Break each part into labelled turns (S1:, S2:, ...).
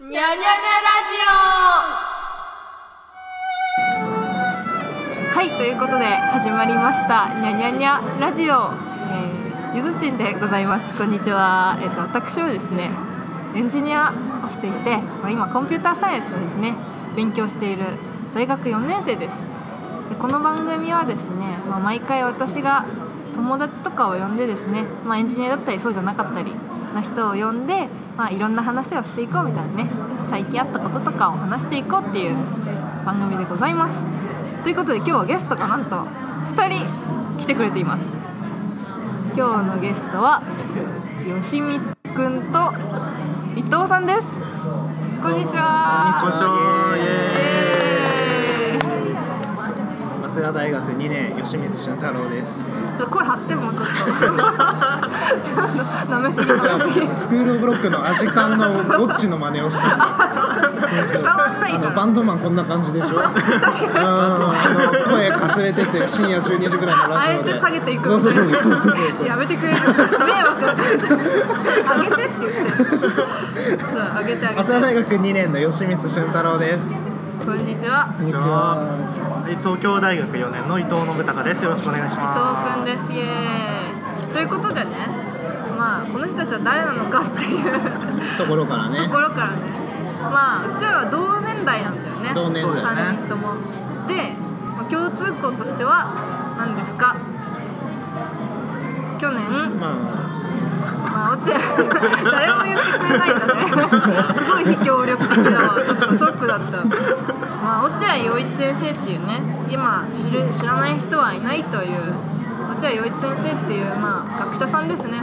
S1: にゃにゃにゃ
S2: はい、ということで始まりました「にゃにゃにゃラジオ」えーゆずちんでございますこんにちは、えっと私はですねエンジニアをしていて、まあ、今コンピューターサイエンスのですね勉強している大学4年生ですでこの番組はですね、まあ、毎回私が友達とかを呼んでですね、まあ、エンジニアだったりそうじゃなかったりの人を呼んで、まあ、いろんな話をしていこうみたいなね最近あったこととかを話していこうっていう番組でございますということで今日はゲストがなんと2人来てくれています今日のゲストはよしみくんと伊藤さんですこんにち
S3: こん
S2: は
S3: にちはイエーイ
S2: えー
S3: 早稲田大学2年吉光俊太郎です
S2: ちょっと声張ってもうちょっとちょっと舐めすぎ舐めすぎ
S3: スクールオブロックのアジカンのウォッチの真似をしてる
S2: 伝わんない
S3: あ
S2: か
S3: の
S2: ら
S3: バンドマンこんな感じでしょ 確かに声かすれてて深夜12時ぐらいのラ
S2: あ
S3: ジ
S2: え
S3: オで
S2: て下げていく
S3: そうそうそうそう そう
S2: やめてくれる迷惑だからちょっと上げてって言ってそう上げてあげ
S3: 早稲田
S2: て
S3: 大学2年の吉光俊太郎です
S2: こんにちは
S3: こんにちは
S4: はい東京大学4年の伊藤信孝です。よろしくお願いし
S2: 伊藤くん
S4: ます。
S2: ですイエーイということでねまあこの人たちは誰なのかっていう
S3: ところから
S2: と
S3: ね
S2: ころからねまあうちらは同年代なんだよね
S3: 同年代
S2: 3人ともで、まあ、共通項としては何ですか去年、
S3: ま
S2: まあ、落合誰も言ってくれないんだねすごい非協力的だわちょっとショックだったまあ落合陽一先生っていうね今知る知らない人はいないという落合陽一先生っていう、まあ、学者さんですね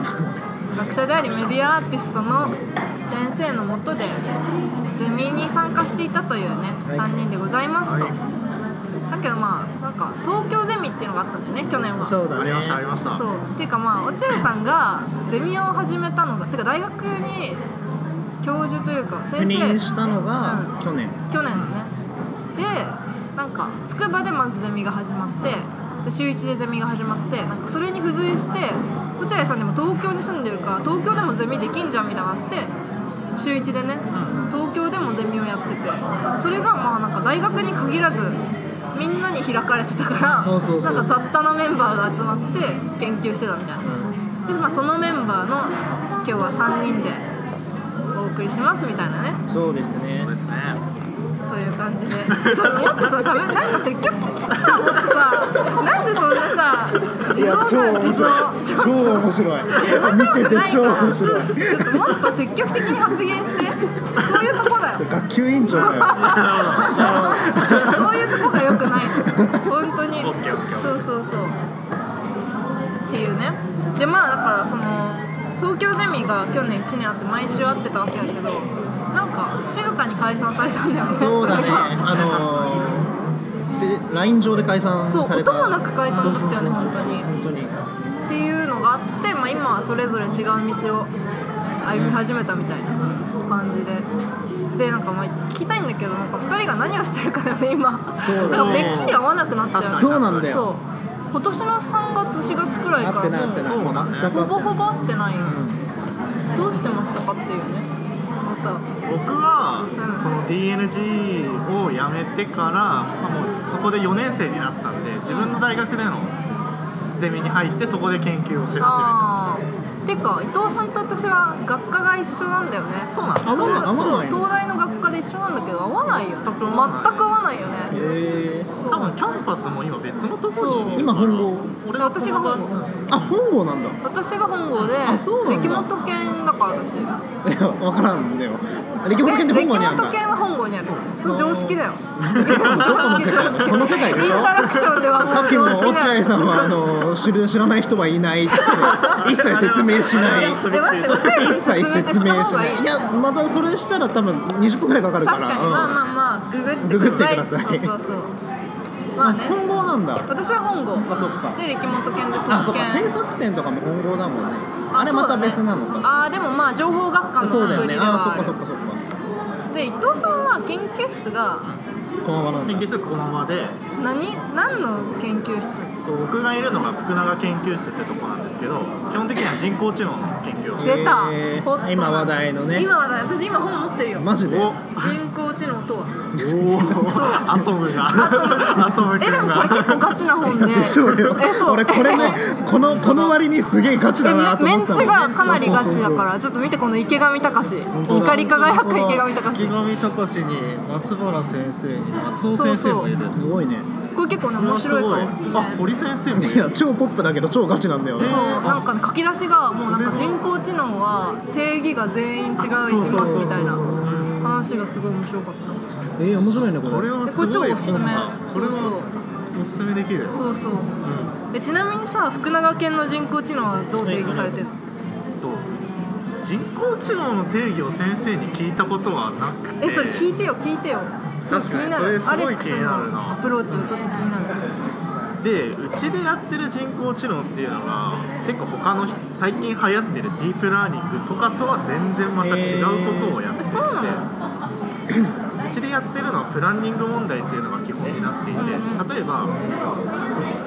S2: 学者でありメディアアーティストの先生のもとでゼミに参加していたというね、
S3: はい
S2: 3人でございますと、
S3: はい
S2: だけどまあなんか東京ゼミっていうのがあったんだよね去年
S3: あ
S2: は
S3: そうだね
S4: ありましたありました。
S2: そうっていうかまあ落合さんがゼミを始めたのがてか大学に教授というか
S3: 赴
S2: 先
S3: 任
S2: 生
S3: したのが
S2: う
S3: 去年
S2: 去年のねでなんか筑波でまずゼミが始まってで週1でゼミが始まってなんかそれに付随して落合さんでも東京に住んでるから東京でもゼミできんじゃんみたいなのあって週1でね東京でもゼミをやっててそれがまあなんか大学に限らずみんなに開かれてたから
S3: そうそうそう
S2: なんか雑多なメンバーが集まって研究してたみたいな。で、まあ、そのメンバーの今日は3人でお送りしますみたいなね
S3: そうですね
S4: そうですね。
S2: という感じでちょっともっとさしゃべなんか積極的さもっとさなんでそんなさ
S3: い
S2: 自
S3: や超
S2: 動な
S3: 面
S2: 自動
S3: 白い超面白い見てて超面白い
S2: ちょっともっと積極的に発言してそういうとこだよ
S3: 学級委員長だよ
S2: そういうとこが良くない本当に
S4: オッケーオッケー
S2: そうそうそうっていうねでまあだからその東京ゼミが去年1年あって毎週会ってたわけだけどなんか静かに解散されたんだよね
S3: そうだね、
S2: れが
S3: あのー、で、ライン上で解散
S2: そう
S3: された。
S2: 音もなく解散だったよね
S3: そうそうそう
S2: 本当に
S3: 本当に。
S2: っていうのがあって、まあ、今はそれぞれ違う道を歩み始めたみたいな感じで。でなんかまあ聞きたいんだけどなんか2人が何をしてるかだよね今
S3: そうだね
S2: なんかめっきり合わなくなったよね
S3: そうなんだ
S2: そう
S3: よ。
S2: 今年の3月4月くらい
S3: 合っ
S2: か
S3: て
S2: ら
S3: ない合ってない。
S2: も
S4: そうだね
S3: 全く
S2: う
S3: 合
S2: ほ
S3: って
S2: ぼほ
S3: ない
S2: ぼ会ってないよ、どうしてましたかっていうねまた
S4: 僕
S2: ん
S4: はこの DNG を辞めてから、まあもうそこで4年生になったんで、自分の大学でのゼミに入ってそこで研究をし始めてま
S2: ああてか伊藤さんと私は学科が一緒なんだよね
S4: した。そうなんです。
S3: 合わない合わ
S2: そう
S3: ない
S2: 東
S3: の。
S2: 大の学科で一緒なんだけど合わないよね全
S4: 全
S2: く
S4: く
S2: 合
S4: 合
S2: わ
S4: わ
S2: な
S4: ないい
S2: よね
S3: ええ。
S2: そう
S4: 多分キャンパスも今別のところにいるから
S2: そう
S3: 今本郷
S4: 俺の
S2: 私が本郷
S3: あ、本郷なんだ。
S2: 私が本郷で
S3: あそうなんだ
S2: 歴元犬だから私
S3: いや、わからんだよ。歴本県って
S2: 歴
S3: 本郷にあるん
S2: 元
S3: だ。
S2: 犬は本郷にあるそれ常識だよ
S3: の世界その世界でしょ
S2: インタラクションではもう
S3: さっきも
S2: 常識
S3: 落
S2: だよ
S3: 合さんはあの知る知らない人はいないっつって一切説明しない
S4: ちょっとび
S2: え
S4: っく
S2: 待って
S4: りし
S2: 落合さ
S4: た
S2: ん
S3: 一切説明
S2: し
S3: し
S2: 方が
S3: たない
S2: い
S3: いやまたそれしたら多分20分ぐらいかかるから
S2: 確かにまあまあまあググってください
S3: ググってくだ
S2: そうそ
S3: さい
S2: うそうまあね
S3: 本郷なんだ
S2: 私は本郷
S3: そっかそっか
S2: で歴元犬で
S3: あ、そっか、
S2: 創建
S3: 制作展とかも本郷だもんね。
S2: あ
S3: あれまた別なの
S2: そうだね
S3: か。
S2: あーでもまあ情報学科の
S3: そうだ
S2: ア
S3: よ
S2: プリ
S3: ね。
S2: で
S3: あ、そ
S2: は
S3: っ
S2: あ
S3: かそ
S2: る
S3: っかそっか。
S2: で伊藤さんは研究室が
S3: このままなん
S4: 研
S3: だ
S4: 究。室このままで、
S2: 何何の研究室
S4: と僕がいるのが福永研究室ってとこなんですけど基本的には人工知能の研究をして
S2: 出た、
S3: えー
S2: ホットな
S3: 今話題のね
S2: 今話題私今本持ってるよ
S3: マジで
S4: お
S2: 人工知能とは
S4: おー アトムがアトム
S2: え
S4: 君
S2: でもこれ結構
S4: が
S2: ガチな本で
S3: でしょうよ
S2: えそう
S3: 俺これね
S2: え
S3: このこの割にすげえガチだなと
S2: メ
S3: 思
S2: ン
S3: った
S2: ツ
S3: の
S2: がかなりガチだ
S3: そうそう
S2: か
S3: そう
S2: らちょっと見てこの池上隆
S3: 当だ
S2: 光り輝く池上
S4: 池
S2: 隆
S4: 上隆に松原先生に松尾
S2: そう
S4: 先
S2: そ
S4: 生
S2: う
S4: もいる
S3: すごいね
S2: これ結構ね面白いからおすすめ
S4: あ堀先生もい
S3: い
S4: る
S3: や超ポップだけど超ガチなんだよね
S2: そう
S4: えー
S2: なんかね書き出しがもうなんか人工知能は定義が全員違いますみたいな話がすごい面白かった
S3: えー、面白いねこれ
S4: これは
S2: ですこ
S4: ご
S2: れ
S4: い
S2: 超おすすめ
S4: 本だこれ
S2: そう
S4: はおすすめできる
S2: そうそう
S4: うん
S2: えちなみにさ福永県の人工知能はどう定義されてるの
S4: と人工知能の定義を先生に聞いたことはなくて
S2: えそれ聞いてよ聞いてよそれ
S4: 確かに
S2: 気になる
S4: それすごい
S2: アレックス
S4: 気になるな
S2: のアプローチもちょっと気になる
S4: でうちでやってる人工知能っていうのが結構他の最近流行ってるディープラーニングとかとは全然また違うことをやって
S2: え
S4: いて、
S2: そうなの
S4: うちでやってるのはプランニング問題っていうのが基本になっていて例えば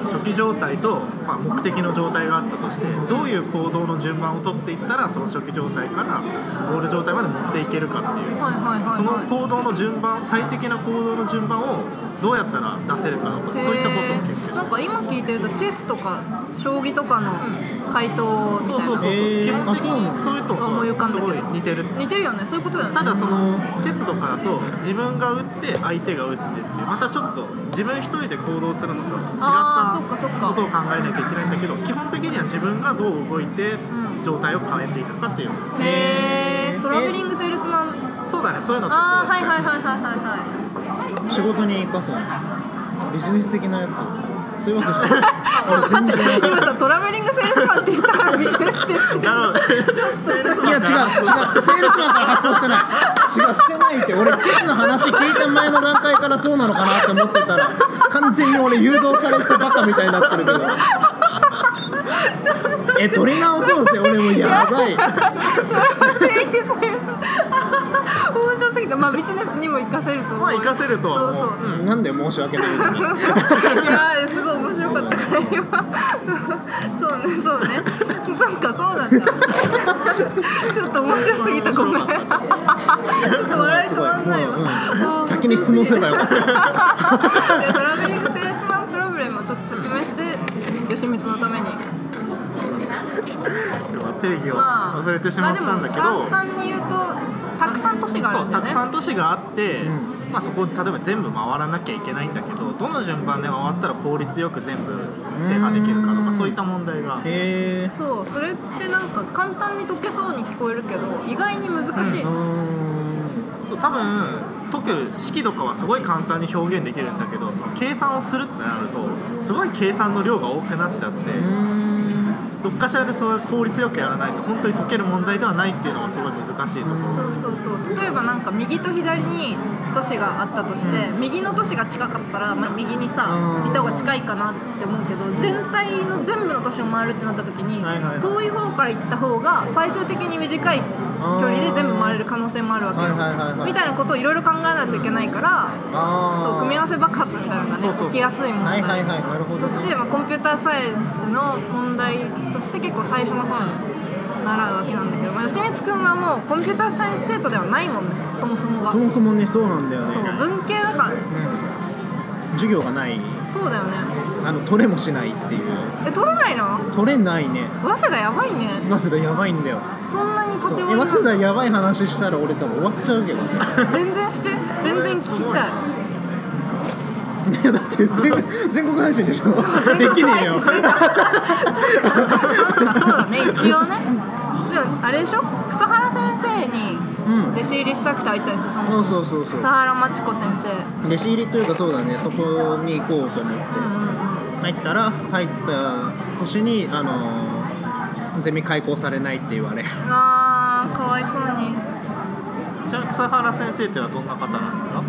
S4: 初期状態と、まあ、目的の状態があったとしてどういう行動の順番を取っていったらその初期状態からゴール状態まで持っていけるかっていう
S2: はいはいはい
S4: その
S2: はい
S4: 行動の順番最適な行動の順番をどうやったら出せるかとかそういったことを研究し
S2: へー
S4: てる
S2: なんか今聞いてるとチェスとか将棋とかの回答みたいな、
S4: そうそうそうそう、
S3: へー
S4: 基本的
S3: あそうな
S4: に
S3: の
S4: そういうと
S2: 思い浮かん
S4: す
S2: だけ
S4: ご
S2: ど
S4: い似てる
S2: 似てるよねそういうことだよね
S4: ただそのチェスとかだと自分が打って相手が打ってっていうまたちょっと自分一人で行動するのとは
S2: あー
S4: 違
S2: そっかそっ
S4: った
S2: か
S4: ことを考えなきゃいけないんだけど基本的には自分がどう動いて
S2: うん
S4: 状態を変えていくかっていう、
S2: へートラベリングセールスマン
S4: そうだねそういうのって
S2: あー
S4: すご
S2: はいいはいはいはいはい
S3: 仕事に生かすのビジネス的なやつそういうわけじゃない
S2: ちょっと待って今さトラベリングセールスマンって言ったからビジネスって言って
S4: なるほどセールス
S3: い
S4: マ
S3: や違う違う
S4: ンから
S3: セールスマンから発想してない違うしてないって俺チェスの話聞いた前の段階からそうなのかなって思ってたら完全に俺誘導されてバカみたいになってるけどえ取り直そうぜ俺もやばい
S2: トラベリングセールスマン面白すぎたまあビジネスにも活かせると思う
S4: まあ活かせるとは
S2: そう
S4: 思
S2: そうう
S3: なんで申し訳ないのに
S2: いやーすごい面白かった から今そうねそうねなんかそうなんだちょっと面白すぎたごめんちょっと笑い止まんないわ、
S3: うん先に質問すればよか った
S2: でトラベリングセールスマンプロブレムをちょっと説明して吉光のために
S4: 定義を
S2: まあ
S4: 忘れてしまったんだけど、
S2: まあでも簡単に言うとたくさん都市があ
S4: そ
S2: る
S4: うん
S2: だよ
S4: たく
S2: ね
S4: さん都市があって、まあ、そこを例えば全部回らなきゃいけないんだけどどの順番で回ったら効率よく全部制覇できるかとかそういった問題が
S3: へえ
S2: そうそれってなんか簡単に解けそうに聞こえるけど意外に難しい、
S4: そう多分解く式とかはすごい簡単に表現できるんだけどその計算をするってなるとすごい計算の量が多くなっちゃってどっかしらでそういう効率よくやらないと本当に解ける問題ではないっていうのがすごい難しいところ。
S2: そうそうそう例えばなんか右と左に都市があったとして、右の都市が近かったら、まあ、右にさ
S3: うん
S2: 行った方が近いかなって思うけど全体の全部の都市を回るってなった時に、
S3: はいはいはい
S2: 遠い方から行った方が最終的に短い距離で全部回れる可能性もあるわけよ、
S3: はいはいはいはい
S2: みたいなことをいろいろ考えないといけないから、
S3: あー
S2: そう組み合わせ爆発みたいなのが
S4: そ
S2: ね
S4: うそう
S2: 起きやすい問
S3: は
S2: 題
S3: いはいはいなるほど
S2: そして、まあ、コンピューターサイエンスの問題として結構最初の方に習うわけなんだけど、まあ、吉光くんはもうコンピューターサイエンス生徒ではないもんねそもそもがそ
S3: そ
S2: う
S3: もそもねそうなんだよね
S2: 文系だから
S3: 授業がない
S2: そうだよね
S3: あの取れもしないっていう
S2: え取れないの
S3: 取れないね
S2: 早稲田やばいね
S3: 早稲田やばいんだよ
S2: そんなに
S3: そう
S2: 縦
S3: え
S2: 割りな
S3: 早
S2: の
S3: 稲田やばい話したら俺多分終わっちゃう けどね
S2: 全然して全然聞きたい
S3: いやだって全全国配信でしょできねえよ
S2: 全国配信そっかそうだね一応ねでもあれでしょ草原先生に
S3: うん
S2: 弟子入りしたくて会いたいでしょそ
S3: そ
S2: の
S3: うそうそうそう
S2: 草原真知子先生
S3: 弟子入りというかそうだねそこに行こうと思って
S2: うんうんうん
S3: 入ったら入った年にあのーゼミ開講されないって言われ
S2: あーかわいそうに
S4: ちなみに草原先生というのはどんな方なんですか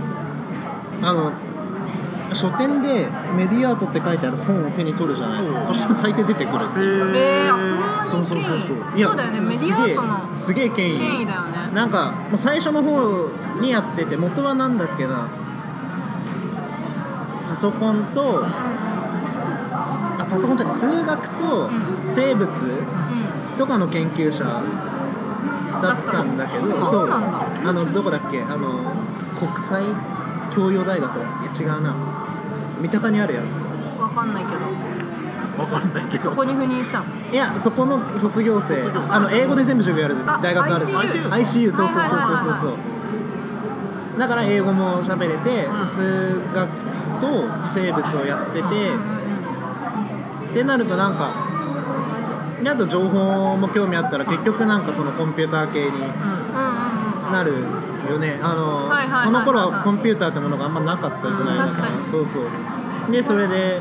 S3: あの書店でメディアアートって書いてある本を手に取るじゃないですかそしたら大抵出てくるっていう
S2: えー、あそ
S3: そ
S2: ん
S3: う
S2: な
S3: そう
S2: に
S3: そう
S2: 権威
S3: そう
S2: そうだよねメディアアートの
S3: すげえすげえ権威
S2: 権威だよね
S3: なんかもう最初の方にやってて元はなんだっけなパソコンと
S2: うん
S3: あパソコンじゃない数学と
S2: ん
S3: 生物
S2: う
S3: とかの研究者だったんだけど、
S2: だったのそうなんだ
S3: あのどこだっけあの国際教養大学だっけ違うな三鷹にあるやつ
S2: ん、わかんないけど
S4: わかんないけど
S2: そこに赴任したの
S3: いやそこの卒業生
S4: 卒業生
S3: あの英語で全部授業やる
S2: あ
S3: 大学あるじゃん
S4: ICU
S3: ICU そうそうそ
S2: は
S3: う
S2: いはいはいはい
S3: そうそうそうだから英語も喋れて、
S2: うん
S3: 数学と生物をやってて、ってなるとなんかであと情報も興味あったら結局なんかそのコンピューター系に
S2: うんうん
S3: なるよねあの、
S2: はいはいはいはい
S3: その頃はコンピューターってものがあんまなかったじゃないです
S2: う
S3: か,、
S2: ん確かに
S3: そうそうでそれで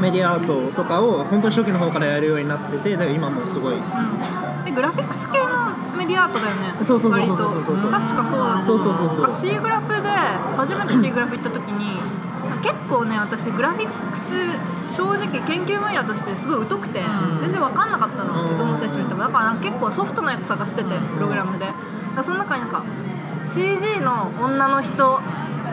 S3: メディアアートとかを本当に初期の方からやるようになっててだから今もうすごい
S2: うんうんでグラフィックス系のメディアアートだよね
S3: そうそうそう
S2: 割
S3: そ
S2: と
S3: うそうそうそう
S2: 確かそうだ
S3: そうそうそうそう
S2: なんか C グラフで初めて C グラフ行った時に結構ね私グラフィックス正直研究分野としてすごい疎くて、全然分かんなかったの、
S3: うん
S2: どの選手見てもだからなんか結構ソフトなやつ探しててプログラムでだからその中になんか CG の女の人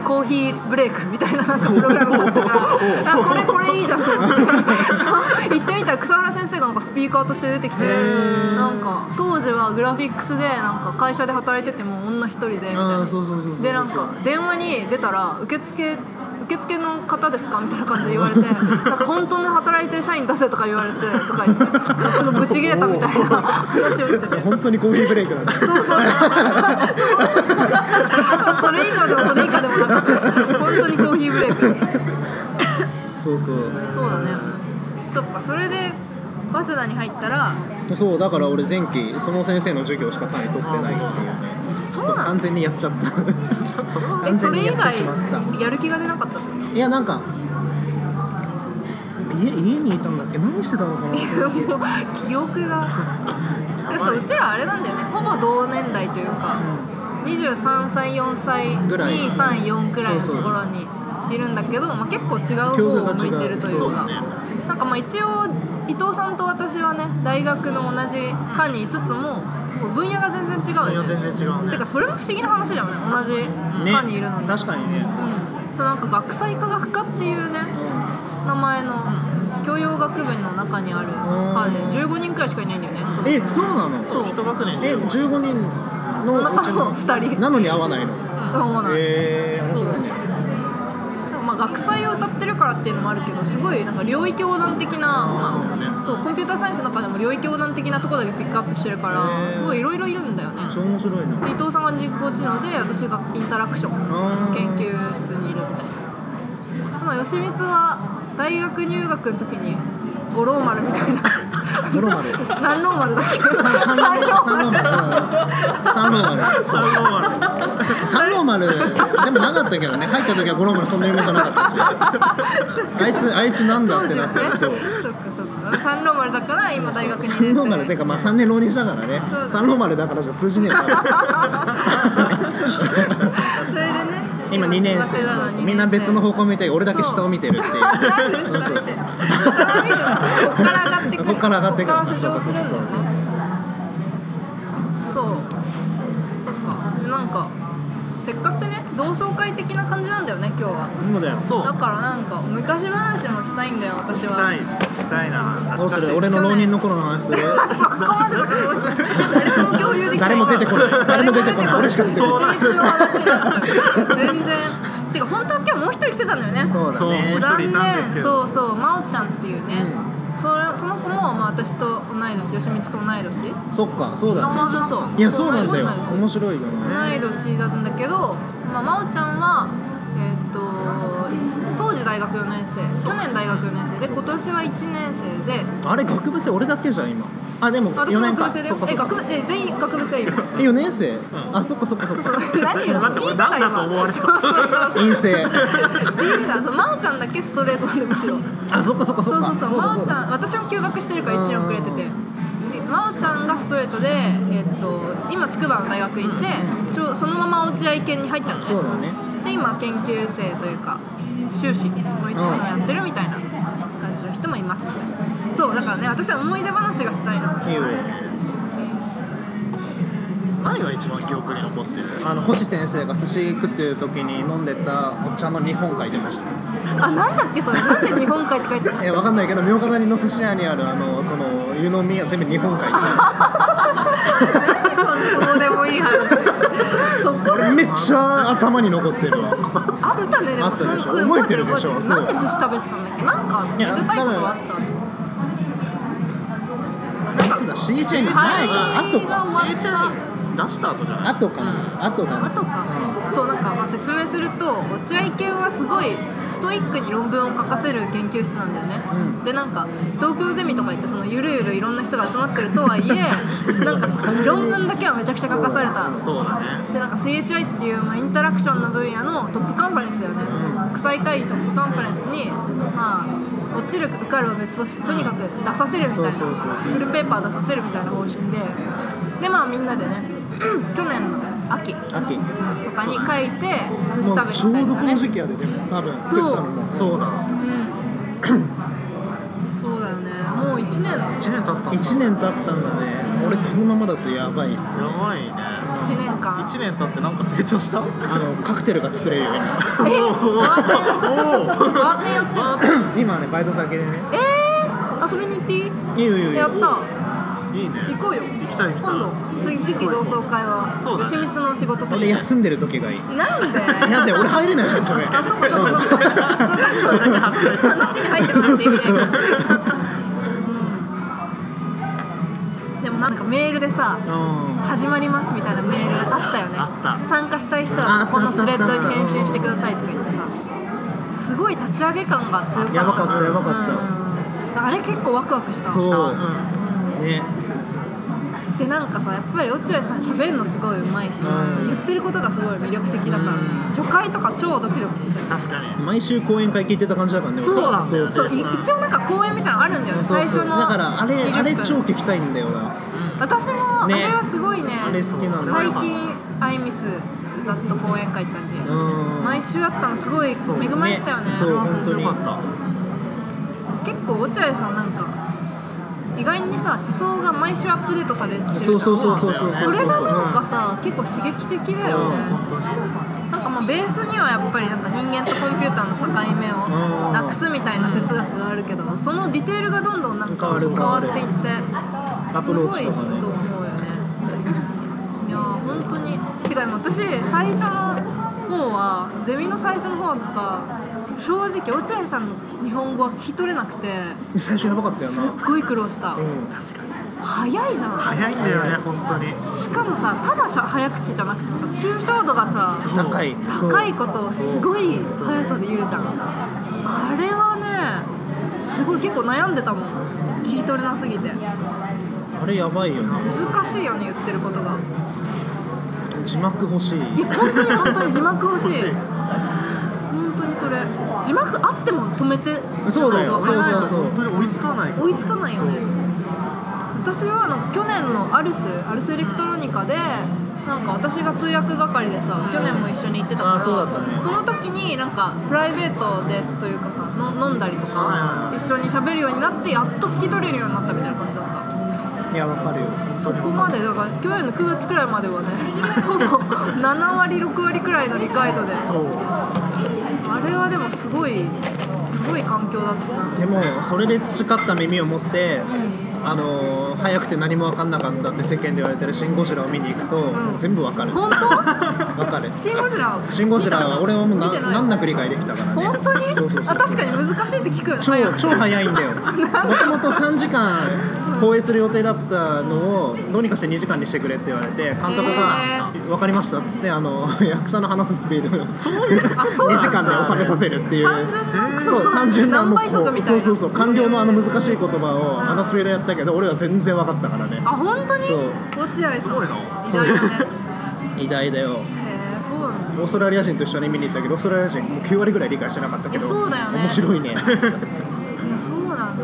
S2: コーヒーブレイクみたいななんかプログラムがあったからあこれこれいいじゃんと思って そう行ってみたら草原先生がなんかスピーカーとして出てきて
S3: へー
S2: なんか当時はグラフィックスでなんか会社で働いてても女一人でみたい
S3: あ
S2: な
S3: ーそうそうそうそうそう
S2: でなんか電話に出たら受付受付の方ですかみたいな感じで言われてなんか本当に働いてる社員出せとか言われてとか言ってそのブチ切れたみたいな話を言ってて
S3: 本当にコーヒーブレイクなんだね
S2: それ以上でもそれ以下でもなく本当にコーヒーブレイク
S3: そうそう
S2: そうだねそっかそれで早稲田に入ったら
S3: そうだから俺前期その先生の授業しか単位取ってないっていうねちょっと完全にやっちゃった
S2: え
S3: 完
S2: そ
S3: 全
S2: れ
S3: に
S2: 以
S3: やっ
S2: 外
S3: てしまった
S2: やる気が出なかったの
S3: いやなんか家家にいたんだっけ何してたのかな
S2: もう記憶がでそううちらあれなんだよねほぼ同年代というか23歳4歳
S3: ぐらい
S2: 234くらいの
S3: そ
S2: と
S3: うそう
S2: ころにいるんだけど、まあ、結構違
S3: 境
S2: う方
S3: 遇
S2: を
S3: が
S2: 向
S3: 違う
S2: いてるというか
S4: そうだね
S2: なんかまあ一応伊藤さんと私はね大学の同じ班にいつつもこう分野が全然違う
S4: い
S2: よ
S4: や
S2: ね
S4: 全然違う
S2: て
S4: ね
S2: かそれも不思議な話だよね同じ班にいるので、
S3: 確かにね、
S2: うん、なんか学際科学科っていうね名前の教養学部の中にある科で15人くらいしかいないんだよねその
S3: えそうなの
S2: そう
S4: 一学年
S3: え15
S4: 15
S3: 人の
S2: の中の
S3: うち
S2: 2人
S3: なのに合わないの
S2: そうなんで
S3: えー、面白いね
S2: まあ学祭を歌ってるからっていうのもあるけどすごいなんか領域横断的な
S4: なんだよね
S2: そうコンピューターサイエンスの中でも領域横断的なところだけピックアップしてるか
S3: へ
S2: ら
S3: ー
S2: すごいいろいろいるんだよね
S3: 超面白いな
S2: 伊藤さんが人工知能で私がインタラクション
S3: あー
S2: 研究室にいるみたいなまあ吉光は大学入学の時に五郎丸みたいな
S3: 五郎 丸
S2: 何郎丸だっけ
S3: 三
S2: 三郎
S3: 三
S2: 丸
S3: 郎丸三郎丸
S4: 歳は
S3: 三郎丸でもなかったけどね入った時は五郎丸そんな夢じゃなかったしあいつあいつなんだ
S2: 当
S3: って
S2: 時
S3: な
S2: は
S3: っ
S2: ね
S3: て
S2: そ
S3: そうう
S2: っかそっか三郎丸だから今大学に
S3: 三郎丸てかまあ3年浪人したからね
S2: そう
S3: 三郎丸だからじゃ通じねえから
S2: それでね
S3: 今2年生
S2: 早稲田の二年生
S3: みんな別の方向見て俺だけ下を見てるっていう
S2: なんで下見てるのこっから上がってくるのこっから上がってくるの
S3: こっから上がってくる
S2: こ
S3: の
S2: っから浮上するんだねそうそっかでなんかせっかくね同窓会的な感じなんだよね今日は
S3: そうだよ
S4: そう
S2: だからなんか昔話もしたいんだよ私
S4: し
S2: は
S4: たいしたいな
S3: ど
S4: 懐
S3: うす
S4: かし
S3: る
S4: い
S3: 俺の浪人の頃の話する
S2: そこまでだけど誰も共有できない
S3: 誰も出てこない誰も出てこない俺しか出てこ
S2: 秘
S3: ない
S2: 密の話になっちゃう全然てか本当は今日もう一人来てたんだよね
S3: そうだ
S4: そうもう
S3: ね
S4: 一人いたんですけ
S2: 残念そう
S4: ど
S2: そう真央ちゃんっていうね、それその子も、まあ、私と同い年吉光と同い年
S3: そっかそうだね
S2: そうそうそう
S3: いやそうなんだよ
S2: 同い年
S3: 面白いよね
S2: 同い年だったんだけど、まあ、真央ちゃんはえーっと当時大学4年生去年大学4年生で今年は1年生で
S3: あれ学部生俺だけじゃん今あでも
S2: 私
S3: 4
S2: も
S3: 年
S2: 学
S3: か
S2: 部生だ
S3: そ
S2: よ
S3: っかそ
S2: え学
S3: っか
S2: 部え全員学部生よ
S3: え4年生あそっかそっかそっ
S2: そう
S3: か
S2: そう何言うの
S4: 待って俺何だと思われた
S2: そうそうそうそう
S3: 陰性
S2: ビビだそう真央ちゃんだけストレートなんでむしろ
S3: あそっかそっか
S2: そ
S3: そっ
S2: う
S3: か
S2: そうそう
S3: だ
S2: 真央ち
S3: だ
S2: ゃん私も休学してるから1年遅れてて
S3: う
S2: で真央ちゃんがストレートで、えっと今筑波の大学行ってちょそのまま落合研に入ったのね
S3: そうだね
S2: で今研究生というか修士の一年やってるみたいな感じの人もいますみたいなそうだからね私は思い出話がしたいの
S3: いいよ
S4: 何が一番記憶に残ってる
S3: あの星先生が寿司食ってる時に飲んでたお茶の日本書いてました
S2: あなんだっけそれなんで日本海って書いてある
S3: いやわかんないけど明河谷の寿司屋にあるあのその湯飲みは全部日本海で
S2: そんなどうでもいい話そこ
S3: 俺めっちゃ頭に残ってるわ
S2: あったねでも
S3: あったでしょ
S2: そうそう
S3: 覚えてるでしょ
S2: 覚えてるなん
S3: そう
S2: で寿司食べてたんだっけなんか
S3: い
S2: めで
S3: や
S2: たいことあった
S3: いつだ CJ に前か後か
S2: はい
S4: CHR 出した後じゃない
S3: 後かな後だ
S2: あと
S3: な
S2: か、そうなんかまあ説明すると落合研はすごいストイックに論文を書かせる研究室なんだよね、
S3: うん
S2: でなんか東京ゼミとか行ってそのゆるゆるいろんな人が集まってるとはいえなんか論文だけはめちゃくちゃ書かされた
S4: そうだね
S2: でなんか CHI っていう、まあ、インタラクションの分野のトップカンファレンスだよね、国際会議トップカンファレンスに、まあ、落ちる受かるは別としてとにかく出させるみたいな、
S3: そうそうそう
S2: フルペーパー出させるみたいな方針ででまあみんなでね 去年の秋
S3: 秋も
S2: とかに書いて寿司食
S3: う
S2: べ
S3: ちょう
S2: たりと
S3: どこ
S2: か
S3: の
S2: ね
S3: 時期やででも多分
S2: そう
S3: 食ったのも
S4: そうだ1
S2: うんそうだよねもう1年
S4: 年経ったんだ
S3: 1年経ったんだね俺このままだとやばいっす
S4: やばいね
S2: 1年間
S4: 1年経ってなんか成長したお
S3: あのカクテルが作れるようになった
S2: え
S4: おお
S2: バーテンやってんの
S3: 今ねバイト先でね
S2: えー、遊びに行っていい
S3: いいよいいよいい
S2: やっ
S3: よ
S2: た
S4: いいね
S2: 行こうよ
S4: 行きたい行きたい
S2: 今度次次期同窓会は
S4: そうだね
S2: 吉光の仕事先
S3: 俺休んでる時がいい
S2: なんで
S3: いやで俺入れないじゃんそれ
S2: あ、そうかそうかそうかそうか話に入ってこなくていいみたいなでもなんかメールでさ
S3: うん
S2: 始まりますみたいなメールあったよね
S4: あった
S2: 参加したい人
S3: あ
S2: は
S3: あった
S2: このスレッドに返信してくださいとか言ってさすごい立ち上げ感が強かった
S3: やばかったやばかった
S2: うんあれ結構ワクワクした
S3: そう
S4: う
S3: ね
S2: でなんかさやっぱり落合さん喋るのすごいうまいしさ、
S3: うん
S2: 言ってることがすごい魅力的だからさ、初回とか超ドキドキしたよ
S4: ん確かに
S3: 毎週講演会聞いてた感じだからね
S2: そう
S3: 俺
S4: そうなんだよね
S2: そうい一応なんか公演みたいなのあるんだよね
S3: そう
S2: 最
S3: そ
S2: 初
S3: う
S2: の
S3: だからあれ
S2: 20分
S3: あれ超聞きたいんだよな
S2: 私もあ
S3: ね
S2: れはすごいね
S3: あれ好きなんだ
S2: 最近アイミスざっと公演会って感じ、
S3: うん
S2: 毎週あったのすごい恵まれたよね
S3: そう本当に
S4: よかっ
S2: 結構落合さんなんか意外にさ思想が毎週アップデートされてるじゃん
S3: そうそうそうそうそう
S2: それが
S3: う
S2: なんかさ結構刺激的だよねなんかまあベースにはやっぱりなんか人間とコンピューターの境目をなくすみたいな哲学があるけどそのディテールがどんどんなんか変
S3: 変わ
S2: わっ
S3: る
S2: ていって
S3: 変
S2: す
S3: アプロー
S2: ご
S3: チ
S2: い
S3: と
S2: と
S3: かね
S2: 思うよねいやー本当にてかでも私最初の方はゼミの最初の方とか正直落合さんの日本語は聞き取れなくて
S3: 最初やばかったよ
S2: す
S3: な
S2: っごい苦労した
S3: うん
S4: た確かに
S2: 早いじゃん
S4: 早いんだよね本当に
S2: しかもさただしゃ早口じゃなくて抽象度がさ
S3: 高いそう
S2: 高いことをすごい速さで言うじゃんあれはねすごい結構悩んでたもん聞き取れなすぎて
S3: あれやばいよな
S2: 難しいよね言ってることが
S3: 字幕欲しい
S2: いや本当に本当に字幕欲しい本当にそれ字幕あっても止めて
S3: そうだよ
S2: ちゃんと考えないと
S3: そうそう
S4: 本当に追いつかない
S2: 追いつかないよね
S4: そう
S2: 私はなんか去年のアルスアルスエレクトロニカでなんか私が通訳係でさ去年も一緒に行ってたから
S3: あそうだったね
S2: その時になんかプライベートでというかさの飲んだりと
S4: は
S2: か
S4: いはいはい
S2: 一緒に喋るようになってやっと聞き取れるようになったみたいな感じだった
S3: いやわかるよ
S2: そこまでだから去年の9月くらいまではね ほぼ7割6割くらいの理解度であ
S4: そう
S2: れはでもすごいすごい環境だったな
S3: でもそれで培った耳を持って、あのー早くて何も分かんなかったって世間で言われてる「シン・ゴジラ」を見に行くと、
S2: うん
S3: 全部分かる
S2: 本
S3: 分
S2: 当
S3: かる
S2: シン・ゴジラ
S3: 「シン・ゴジラ」は俺はもうな
S2: 見てない
S3: 難なく理解できたからね
S2: 本当に
S3: そうそうそう
S2: あ確かに難しいって聞くよね
S3: 超
S2: 早く
S3: 超早いんだよもともと3時間放映する予定だったのをどうにかして2時間にしてくれって言われて監督
S2: へ
S3: が「分かりました」っつってあの 役者の話すスピードを
S2: あそう
S3: 2
S2: なんだ
S3: 時間で収めさせるっていう
S2: 単純な
S3: そう単純な
S2: 何
S3: もう
S2: 倍速みたい
S3: そ
S2: な
S3: うそうそう官僚のあの難しい言葉をあのスピードやったけど俺は全然分かったからね
S2: あ本当に
S3: そう
S2: 落合さんす
S4: ごいな
S2: 偉大だね
S3: 偉大だよ
S2: へえそうなんだ
S3: オーストラリア人と一緒に見に行ったけどオーストラリア人もう9割ぐらい理解してなかったけど
S2: いやそうだよね
S3: 面白いねっつって
S2: いやそうなんだ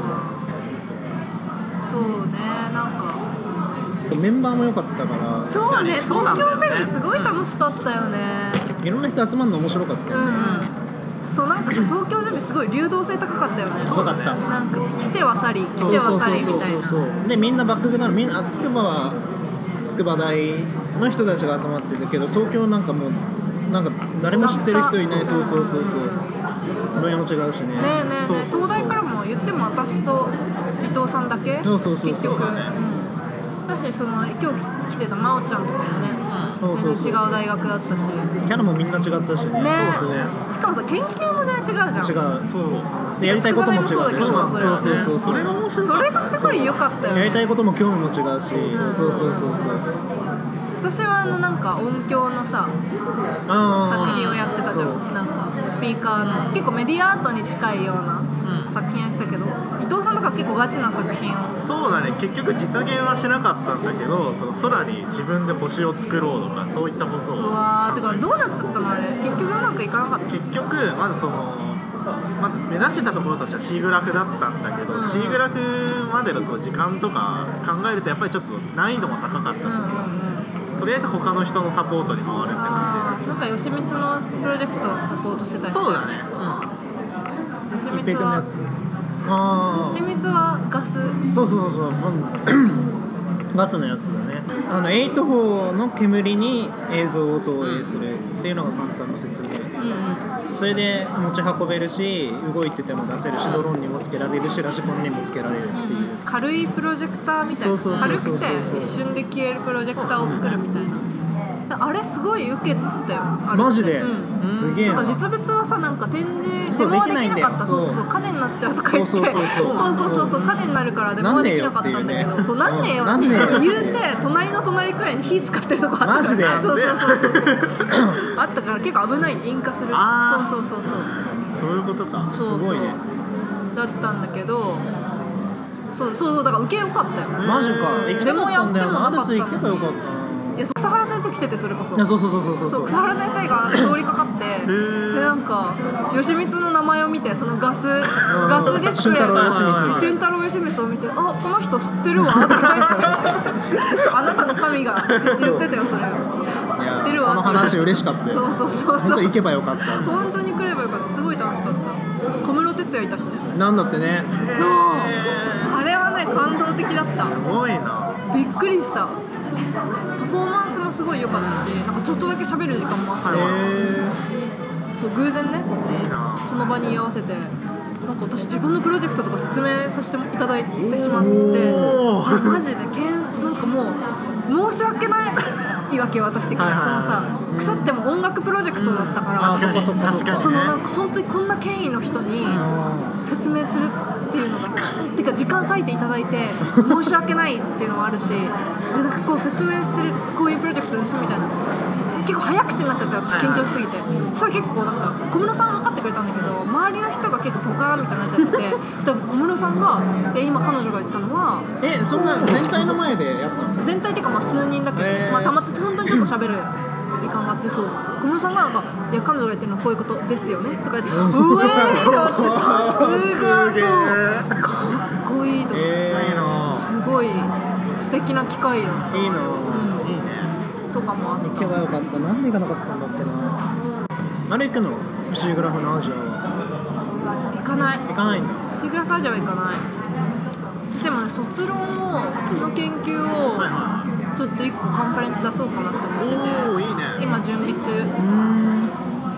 S2: そうねなんか
S3: メンバーも良かったから
S2: そうね
S4: そうな
S2: 東
S4: んだ
S2: 京
S4: よね
S2: ゼミすごい楽しかったよね
S3: いろんな人集まるの面白かった
S2: う
S3: よ
S2: んう
S3: ね、
S2: んそうなんかさ東京ゼミすごい流動性高かったよね
S3: 高かった
S2: なんか来ては去り来ては去りみたいな
S3: うでみんなバックグラウンドみんなあ筑波は筑筑波大の人たちが集まってるけど東京なんかもうなんか誰も知ってる人いない
S2: 雑
S3: そう
S2: 多
S3: そうそうそう分野も違うしね
S2: ねえねえ
S4: そう
S2: ねえ東大からも言っても私と伊藤さんだけ
S3: そうそうそう
S2: 結
S3: そう
S2: 局
S4: だね
S2: うんだしその今日き来てた真央ちゃんとかもね
S3: そうそうそう
S2: 全然違う大学だったしね
S3: キャラもみんな違ったしね
S2: え
S3: そう
S2: しかもさ研究も全然違うじゃん
S3: そう違う
S4: そう
S3: でやりたいことも違うし
S2: 筑波大もそうだけど
S3: そうそうそう
S4: それが面白い
S2: それがすごい良かったよ
S3: やり
S2: ね
S3: たいことも興味も違うしそうそうそうそう
S2: 私はあのなんか音響のさ
S3: あー
S2: 作品をやってたじゃ
S3: そうん
S2: なんかスピーカーの結構メディアアートに近いような作品やってたけど伊藤さんとか結構ガチな作品を
S4: そうだね結局実現はしなかったんだけどその空に自分で星を作ろうとかそういったことを
S2: うわーてかどうなっちゃったのあれ結局うまくいかなかった
S4: 結局まずそのまず目指してたところとしては C グラフだったんだけど、
S2: うん
S4: C グラフまでのその時間とか考えるとやっぱりちょっと難易度も高かったし、
S2: うんうんうん
S4: とりあえず他の人のサポートに回るって感じになっち
S2: なんか吉光のプロジェクトをサポートしてた
S4: ゃう
S2: り
S4: そうだね、
S2: 吉
S3: 一
S2: 光
S3: 平君のや
S2: は
S3: つああ
S2: 吉光はガス
S3: そうそうそうそうあの ガスのやつだねあの8法の煙に映像を投影するっていうのが簡単な説明
S2: うんうん
S3: それで持ち運べるし動いてても出せるしドローンにもつけられるしラジコンにもつけられるっていう、
S2: うんうん軽いプロジェクターみたい
S3: そ
S2: な
S3: うそうそうそう
S2: 軽くて一瞬で消えるプロジェクターを作るみたいなあれすごい受けてたよあれ
S3: マジで、
S2: うん
S3: すげえ
S2: なん
S3: な
S2: か実物はさなんか展示
S3: そ
S2: デモ
S3: う
S2: は
S3: で
S2: でき
S3: きないん
S2: な
S3: だよ
S2: かったそうそう
S3: そ
S2: そう
S3: う
S2: 火事になっちゃうとか言って
S3: そうそうそう
S2: そ
S3: そう
S2: うそうそうそう火事になるからデモはできなかったんだけどそう
S3: なん
S2: 何
S3: ねえ
S2: 年
S3: よ
S2: よ
S3: っていうねうんなんね
S2: 言うて隣
S3: えよ
S2: の隣くらいに火使ってるとこあ
S3: マ
S2: った
S3: ジで
S2: からそうそうそうそうあったから結構危ない引火する
S4: あー
S2: そうそうそうそう
S4: そういうことか
S2: そうそう
S3: すごいね
S2: だったんだけどそうそうそうだから受けよかったよ
S3: マジか行きたかったんだよなア
S2: でもやっ
S3: ルス
S2: ても
S3: 行
S2: なか
S3: け
S2: ったの
S3: ばよ
S2: に
S3: かった
S2: いやそう草原先生来ててそれこそ
S3: なそうそうそうそうそう
S2: そう
S3: そう
S2: 草原先生が通りかかって
S4: ー
S2: でなんか吉光の名前を見てそのガスガスディスプレイ
S3: 俊太郎
S2: の
S3: 義満
S2: 俊太郎義光を見て「あこの人知ってるわ」とか言って あなたの神が言ってたよそれ
S3: い
S2: 知
S3: や
S2: ってるわ
S3: その話
S2: って
S3: 嬉しかった
S2: そ
S3: よ
S2: うそうそう
S3: 本当
S2: そう
S3: 行けばよかった
S2: 本当に来ればよかったすごい楽しかった小室哲哉いたしね
S3: なんだってね
S2: そうあれはね感動的だった
S4: すごいな
S2: びっくりしたパフォーマンスもすごい良かったしなんかちょっとだけ喋る時間もあって、
S4: へ
S2: そう偶然ね
S4: いいな
S2: その場に居合わせてなんか私自分のプロジェクトとか説明させていただいてしまって
S4: おー
S2: マジでけんなんかもう申し訳ない言い訳渡してから
S4: はい
S2: そ
S4: はいは
S2: の
S4: い
S2: さ腐っても音楽プロジェクトだったから、
S3: あそっかそっかそっ
S4: 確か
S3: か
S4: に
S2: そのなんか本当にこんな権威の人に説明するっていうのがてか時間割いていただいて申し訳ないっていうのもあるしでなんかこう説明してるこういうプロジェクトですみたいな結構早口になっちゃったよ私緊張しすぎてそしたら結構なんか小室さんが分かってくれたんだけど周りの人が結構ポカーンみたいになっちゃっててそしたら小室さんがえ今彼女が言ったのは
S3: えそんな全体の前でやったの
S2: 全体っていうかまあ数人だけど、
S3: へー
S2: まあ、たまって本当にちょっと喋る時間があってそう小室さんがなんか「いや彼女が言ってるのはこういうことですよね」とか言って「うえー!」って思ってさすが
S4: すげえ
S2: そうかっこいいと思って、
S3: え
S4: いいな
S2: すごい素敵な機会だ
S3: ーいいな
S4: いういね
S2: んとかもあっ
S3: 行けばよかったなんで行かなかったんだってなあれ行くの C グラフのアジアは
S2: た行かない
S3: 行かないんだ
S2: シーグラファージャは行かないでもね卒論をの研究を
S4: はいは
S2: ちょっと1個カンファレンス出そうかなって思ってて
S4: いおおいいね
S2: 今準備中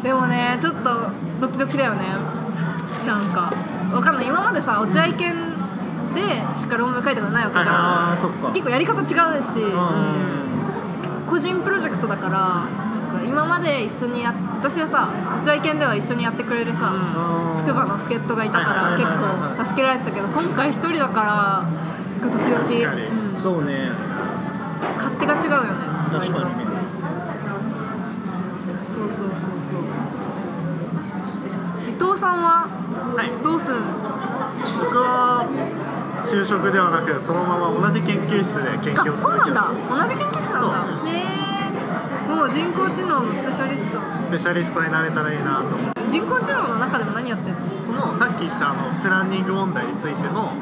S2: でもねちょっとドキドキだよねなんかわかんない今までさ落合犬でしか論文書いたことないわけじゃん
S3: あーそっか
S2: 結構やり方違うし、
S3: うん
S2: 個人プロジェクトだからなんか今まで一緒にやっ私はさ落合犬では一緒にやってくれるさ、
S3: あー
S2: 筑波の助っ人がいたから
S4: はいはいはいはい
S2: 結構助けられてたけど今回一人だからドキドキ、
S4: 確かに
S2: うん
S3: そうね
S2: 勝手が違うよね
S3: 確かにね
S2: そうそうそうそう伊藤さんは
S4: はい
S2: どうするんですか
S4: 僕は就職ではなくそのまま同じ研究室で研
S2: あ
S4: 究を
S2: そうなん
S4: 続ける
S2: だ同じ研究室なんだへえもう人工知能のスペシャリスト
S4: スペシャリストになれたらいいなと思って
S2: 人工知能の中でも何やってんの
S4: そのさっき言ったあのプランニング問題についての、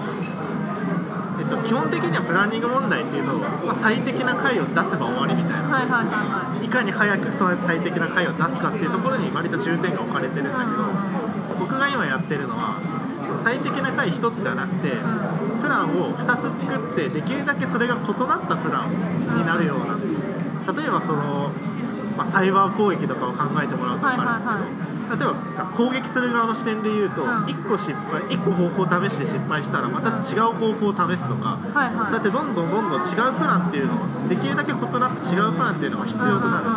S4: えっと、基本的にはプランニング問題っていうと、まあ、最適な解を出せば終わりみたいな
S2: はいはいはいはい
S4: かに早くその最適な解を出すかっていうところに割と重点が置かれてるんだけど僕が今やってるのは最適な回1つじゃなくてプランを2つ作ってできるだけそれが異なったプランになるような例えばその、まあ、サイバー攻撃とかを考えてもらうと分かるんですけど。
S2: はいはいはい
S4: 例えば攻撃する側の視点で言うと、
S2: うん
S4: 1個失敗1個方法を試して失敗したらまた違う方法を試すと
S2: は
S4: か、
S2: いはい
S4: そうやってどんどんどんどん違うプランっていうのをできるだけ異なって違うプランっていうのが必要となる、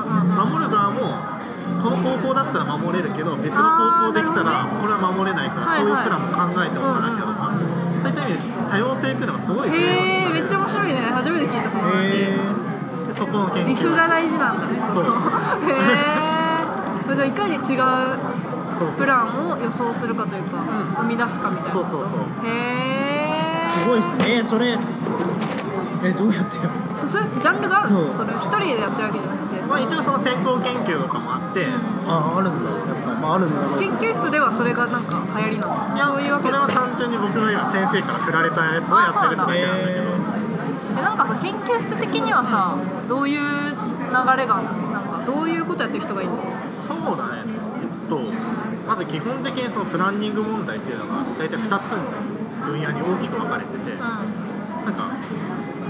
S2: うんうんうんうん
S4: 守る側もこの方法だったら守れるけど別の方法できた
S2: あ
S4: ら
S2: ーなる
S4: これは守れないから、
S2: はいはい
S4: そういうプランも考えておかなきゃと
S2: う
S4: か、
S2: んうん
S4: そういった意味で多様性っていうのがすごい重要
S2: へえめっちゃ面白いね初めて聞いたその話、
S3: え
S4: でそこの研
S2: リフ
S4: 究
S2: が大事なんだね
S4: そう
S2: へえじゃあいかに違う
S4: そうそ
S2: プ
S4: う
S2: ランを予想するかというか、生み出すかみたいなこと
S4: そうそうそう
S2: へえ
S3: すごいですねえそれえどうやってやる
S2: そうそういうジャンルがある
S3: そ
S2: そうれ一人でやってるわけじゃなくてそ
S4: ま
S2: の
S4: あ、一応その先行研究とかもあって、
S3: ああるんだやっぱ、まあ、あるんだろうけ
S2: 研
S3: ど
S2: 究室ではそれがなんか流行りなの
S4: いや
S2: そういうわけ
S4: それは
S2: で
S4: 単純に僕が今先生から振られたやつをやってるってだ
S2: え
S3: あそうなん
S4: けなんだけど
S2: なんかさ研究室的にはさどういう流れがなんかどういうことやってる人がいるの
S4: そうだねえっとまず基本的にそのプランニング問題っていうのが大体2つの分野に大きく分かれてて、
S2: うん
S4: なんか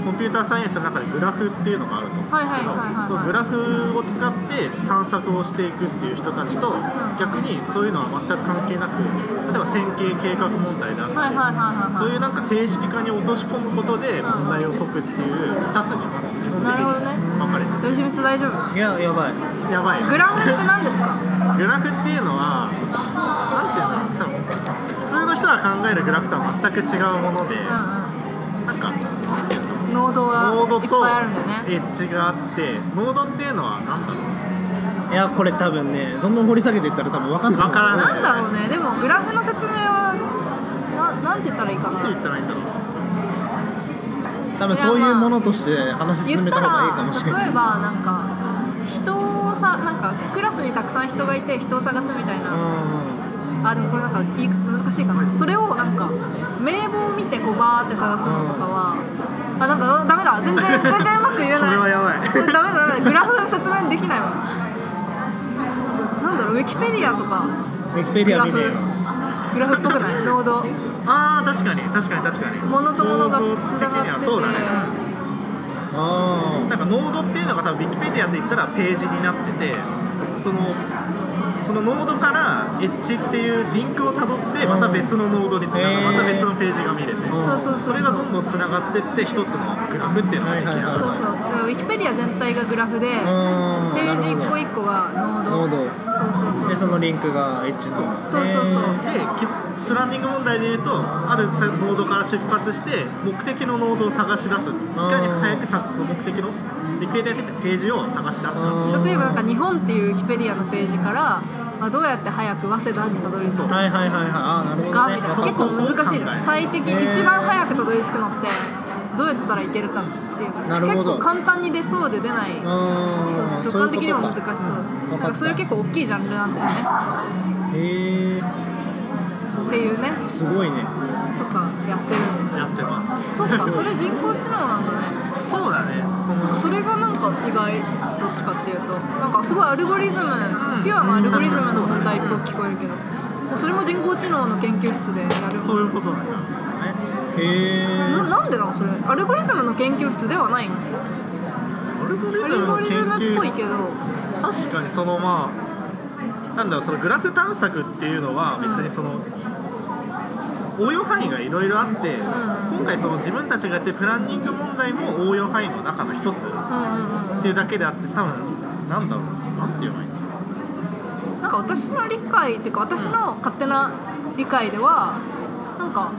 S4: コンピューターサイエンスの中でグラフっていうのがあると思うんですけど
S2: はいはいはいはいはい
S4: そのグラフを使って探索をしていくっていう人たちと逆にそういうのは全く関係なく例えば線形計画問題であっ
S2: は
S4: たり、
S2: いはいはいはい
S4: そう
S2: はい
S4: いうなんか定式化に落とし込むことで問題を解くっていう2つに基本的
S2: なるほどね
S4: に分かれてる
S2: 吉光大丈夫
S3: いややばい
S4: やばいよ
S2: グラフって何ですか
S4: グラフっていうのはなんていうんだろう多分普通の人が考えるグラフとは全く違うもので、
S2: う
S4: なんか
S2: んうんノード
S4: ノード
S2: がいっ
S4: と
S2: ぱいあるんだよね
S4: エッジがあってノードっていうのは何だろう
S3: いやこれ多分ねどんどん掘り下げていったら多分分かんない
S4: 分からない
S2: なんだろうねでもグラフの説明はななんて言ったらいいか
S4: って言
S2: な
S4: ったらいいんだろう
S3: 多分そういうものとして話
S2: 言
S3: 進
S2: っ
S3: め
S2: た
S3: た方がいいからもしれない
S2: 例えばなんか人をさなんかクラスにたくさん人がいて人を探すみたいな、
S3: う
S2: あでもこれなんか言い難しいかなそれをなんか名簿を見てこうバーって探すのとかは、あなんかダメだ 全然全然うまく言えない
S4: それはやばい
S2: それダメだダメだグラフ説明できないわなんだろうウィキペディアとか
S3: んウィキペディア見てよ
S2: グラフっぽくないノード
S4: あー確かに確かに確かに
S2: 物と物が
S4: 構
S2: つ
S4: 造的
S2: な
S4: に
S2: がっ
S4: は
S2: てて
S4: そうだね
S3: あ
S4: なんかノードっていうのが多分 Wikipedia で言ったらページになっててそのそのノードからエッジっていうリンクをたどってまた別のノードにつながる、
S3: うん
S4: また別のページが見れて、
S2: そうそうそう
S4: それがどんどんつながってって一つのグラフっていうのができる、
S3: はいは
S2: そ
S3: い
S2: うそうだからウィキペディア全体がグラフで、
S3: あうん
S2: ページ一個
S3: なる
S2: 一個がノード
S3: ほどノ
S2: そう
S3: ー
S2: そう
S3: ド
S2: そ
S3: で
S2: う
S3: そのリンクがエッジの
S2: そうそうそう
S4: できプランニング問題で言うとあるノードから出発して目的のノードを探し出すいかに早くさその目的の Wikipedia でページを探し出すか
S2: 例えばなんか日本っていうウィキペディアのページから、まあ、どうやって早く早稲田にたどり着くか
S3: はいはいはいはいあーなる
S2: み
S3: ほど
S2: た
S3: ね
S2: いな
S4: そう
S2: 結構難しい
S4: そう
S2: の
S4: 考え
S2: 最適
S3: へー
S2: 一番早くたどり着くのってどうやったらいけるかっていう
S3: なるほ
S2: 結
S3: ど
S2: 構簡単に出そうで出ない
S3: あー
S2: 直感的にも難しそう
S3: そういう
S2: だ
S3: ことか
S2: からそれ結構大きいジャンルなんだよね
S3: へえ
S2: っていうね
S3: すごいね
S2: とかやってるの
S4: やってます
S2: そうかそれ人工知能なんだね
S4: そうだねその
S2: それがなんか意外どっちかっていうとなんかすごいアルゴリズム、ピュアのアルゴリズムの問題っぽく聞こえるけど、それも人工知能の研究室でやる
S4: そういうことなんだね
S3: へえ
S2: ななんでなのそれアルゴリズムの研究室ではないの
S4: アルゴリ
S2: ア
S4: ズ
S2: ル
S4: ム
S2: ゴ
S4: の
S2: リズ
S4: 研
S2: ムっぽい
S4: 究
S2: けど
S4: 確かにそのまあなんだろうそのグラフ探索っていうのは別にその、応用範囲がいろいろあって、今回その自分たちがやってるプランニング問題も応用範囲の中の一つっ
S2: うんうんうん
S4: ていうだけであって多分なんだろうなんていうのがいいんだろ
S2: なんか私の理解っていうか私の勝手な理解ではなんか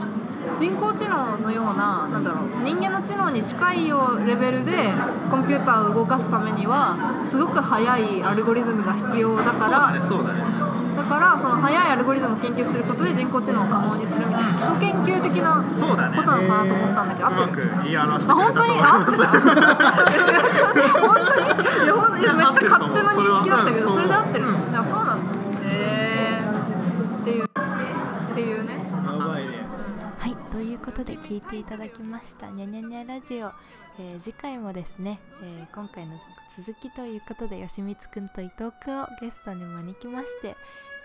S2: 人工知能のようななんだろう人間の知能に近いようレベルでコンピューターを動かすためにはすごく速いアルゴリズムが必要だ
S4: う
S2: か
S4: そうだ
S2: ら
S4: ねそうだね
S2: だからその速いアルゴリズムを研究することで人工知能を可能にするみたいな基礎研究的なこ
S4: そうだね
S2: となのかなと思ったんだけど、合
S4: うま
S2: ってる
S4: く言い 表して
S2: あ
S4: くれ
S2: 本
S4: たと
S2: 当
S4: 思
S2: に
S4: い
S2: あ
S4: ま
S2: 本当
S4: す
S2: に本当にいや本当にいやめっちゃ勝手な認識だったけど
S4: そ
S2: そ
S4: れ
S2: れで合
S4: は
S2: ってるのいやそうなんだへえっていうっていうね
S3: やばいね
S5: はい、ということで聞いていただきました「にゃにゃにゃラジオ」えー次回もですね、えー今回の続きということでよしみつくんと伊藤くんをゲストに招きまして、え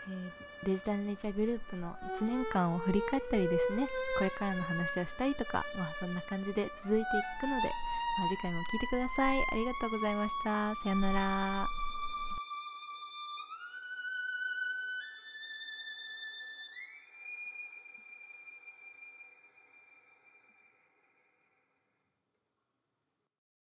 S5: えーデジタルネイチャーグループの1年間を振り返ったりですねこれからの話をしたりとか、まあ、そんな感じで続いていくので、まあ、次回も聞いてくださいありがとうございましたさよなら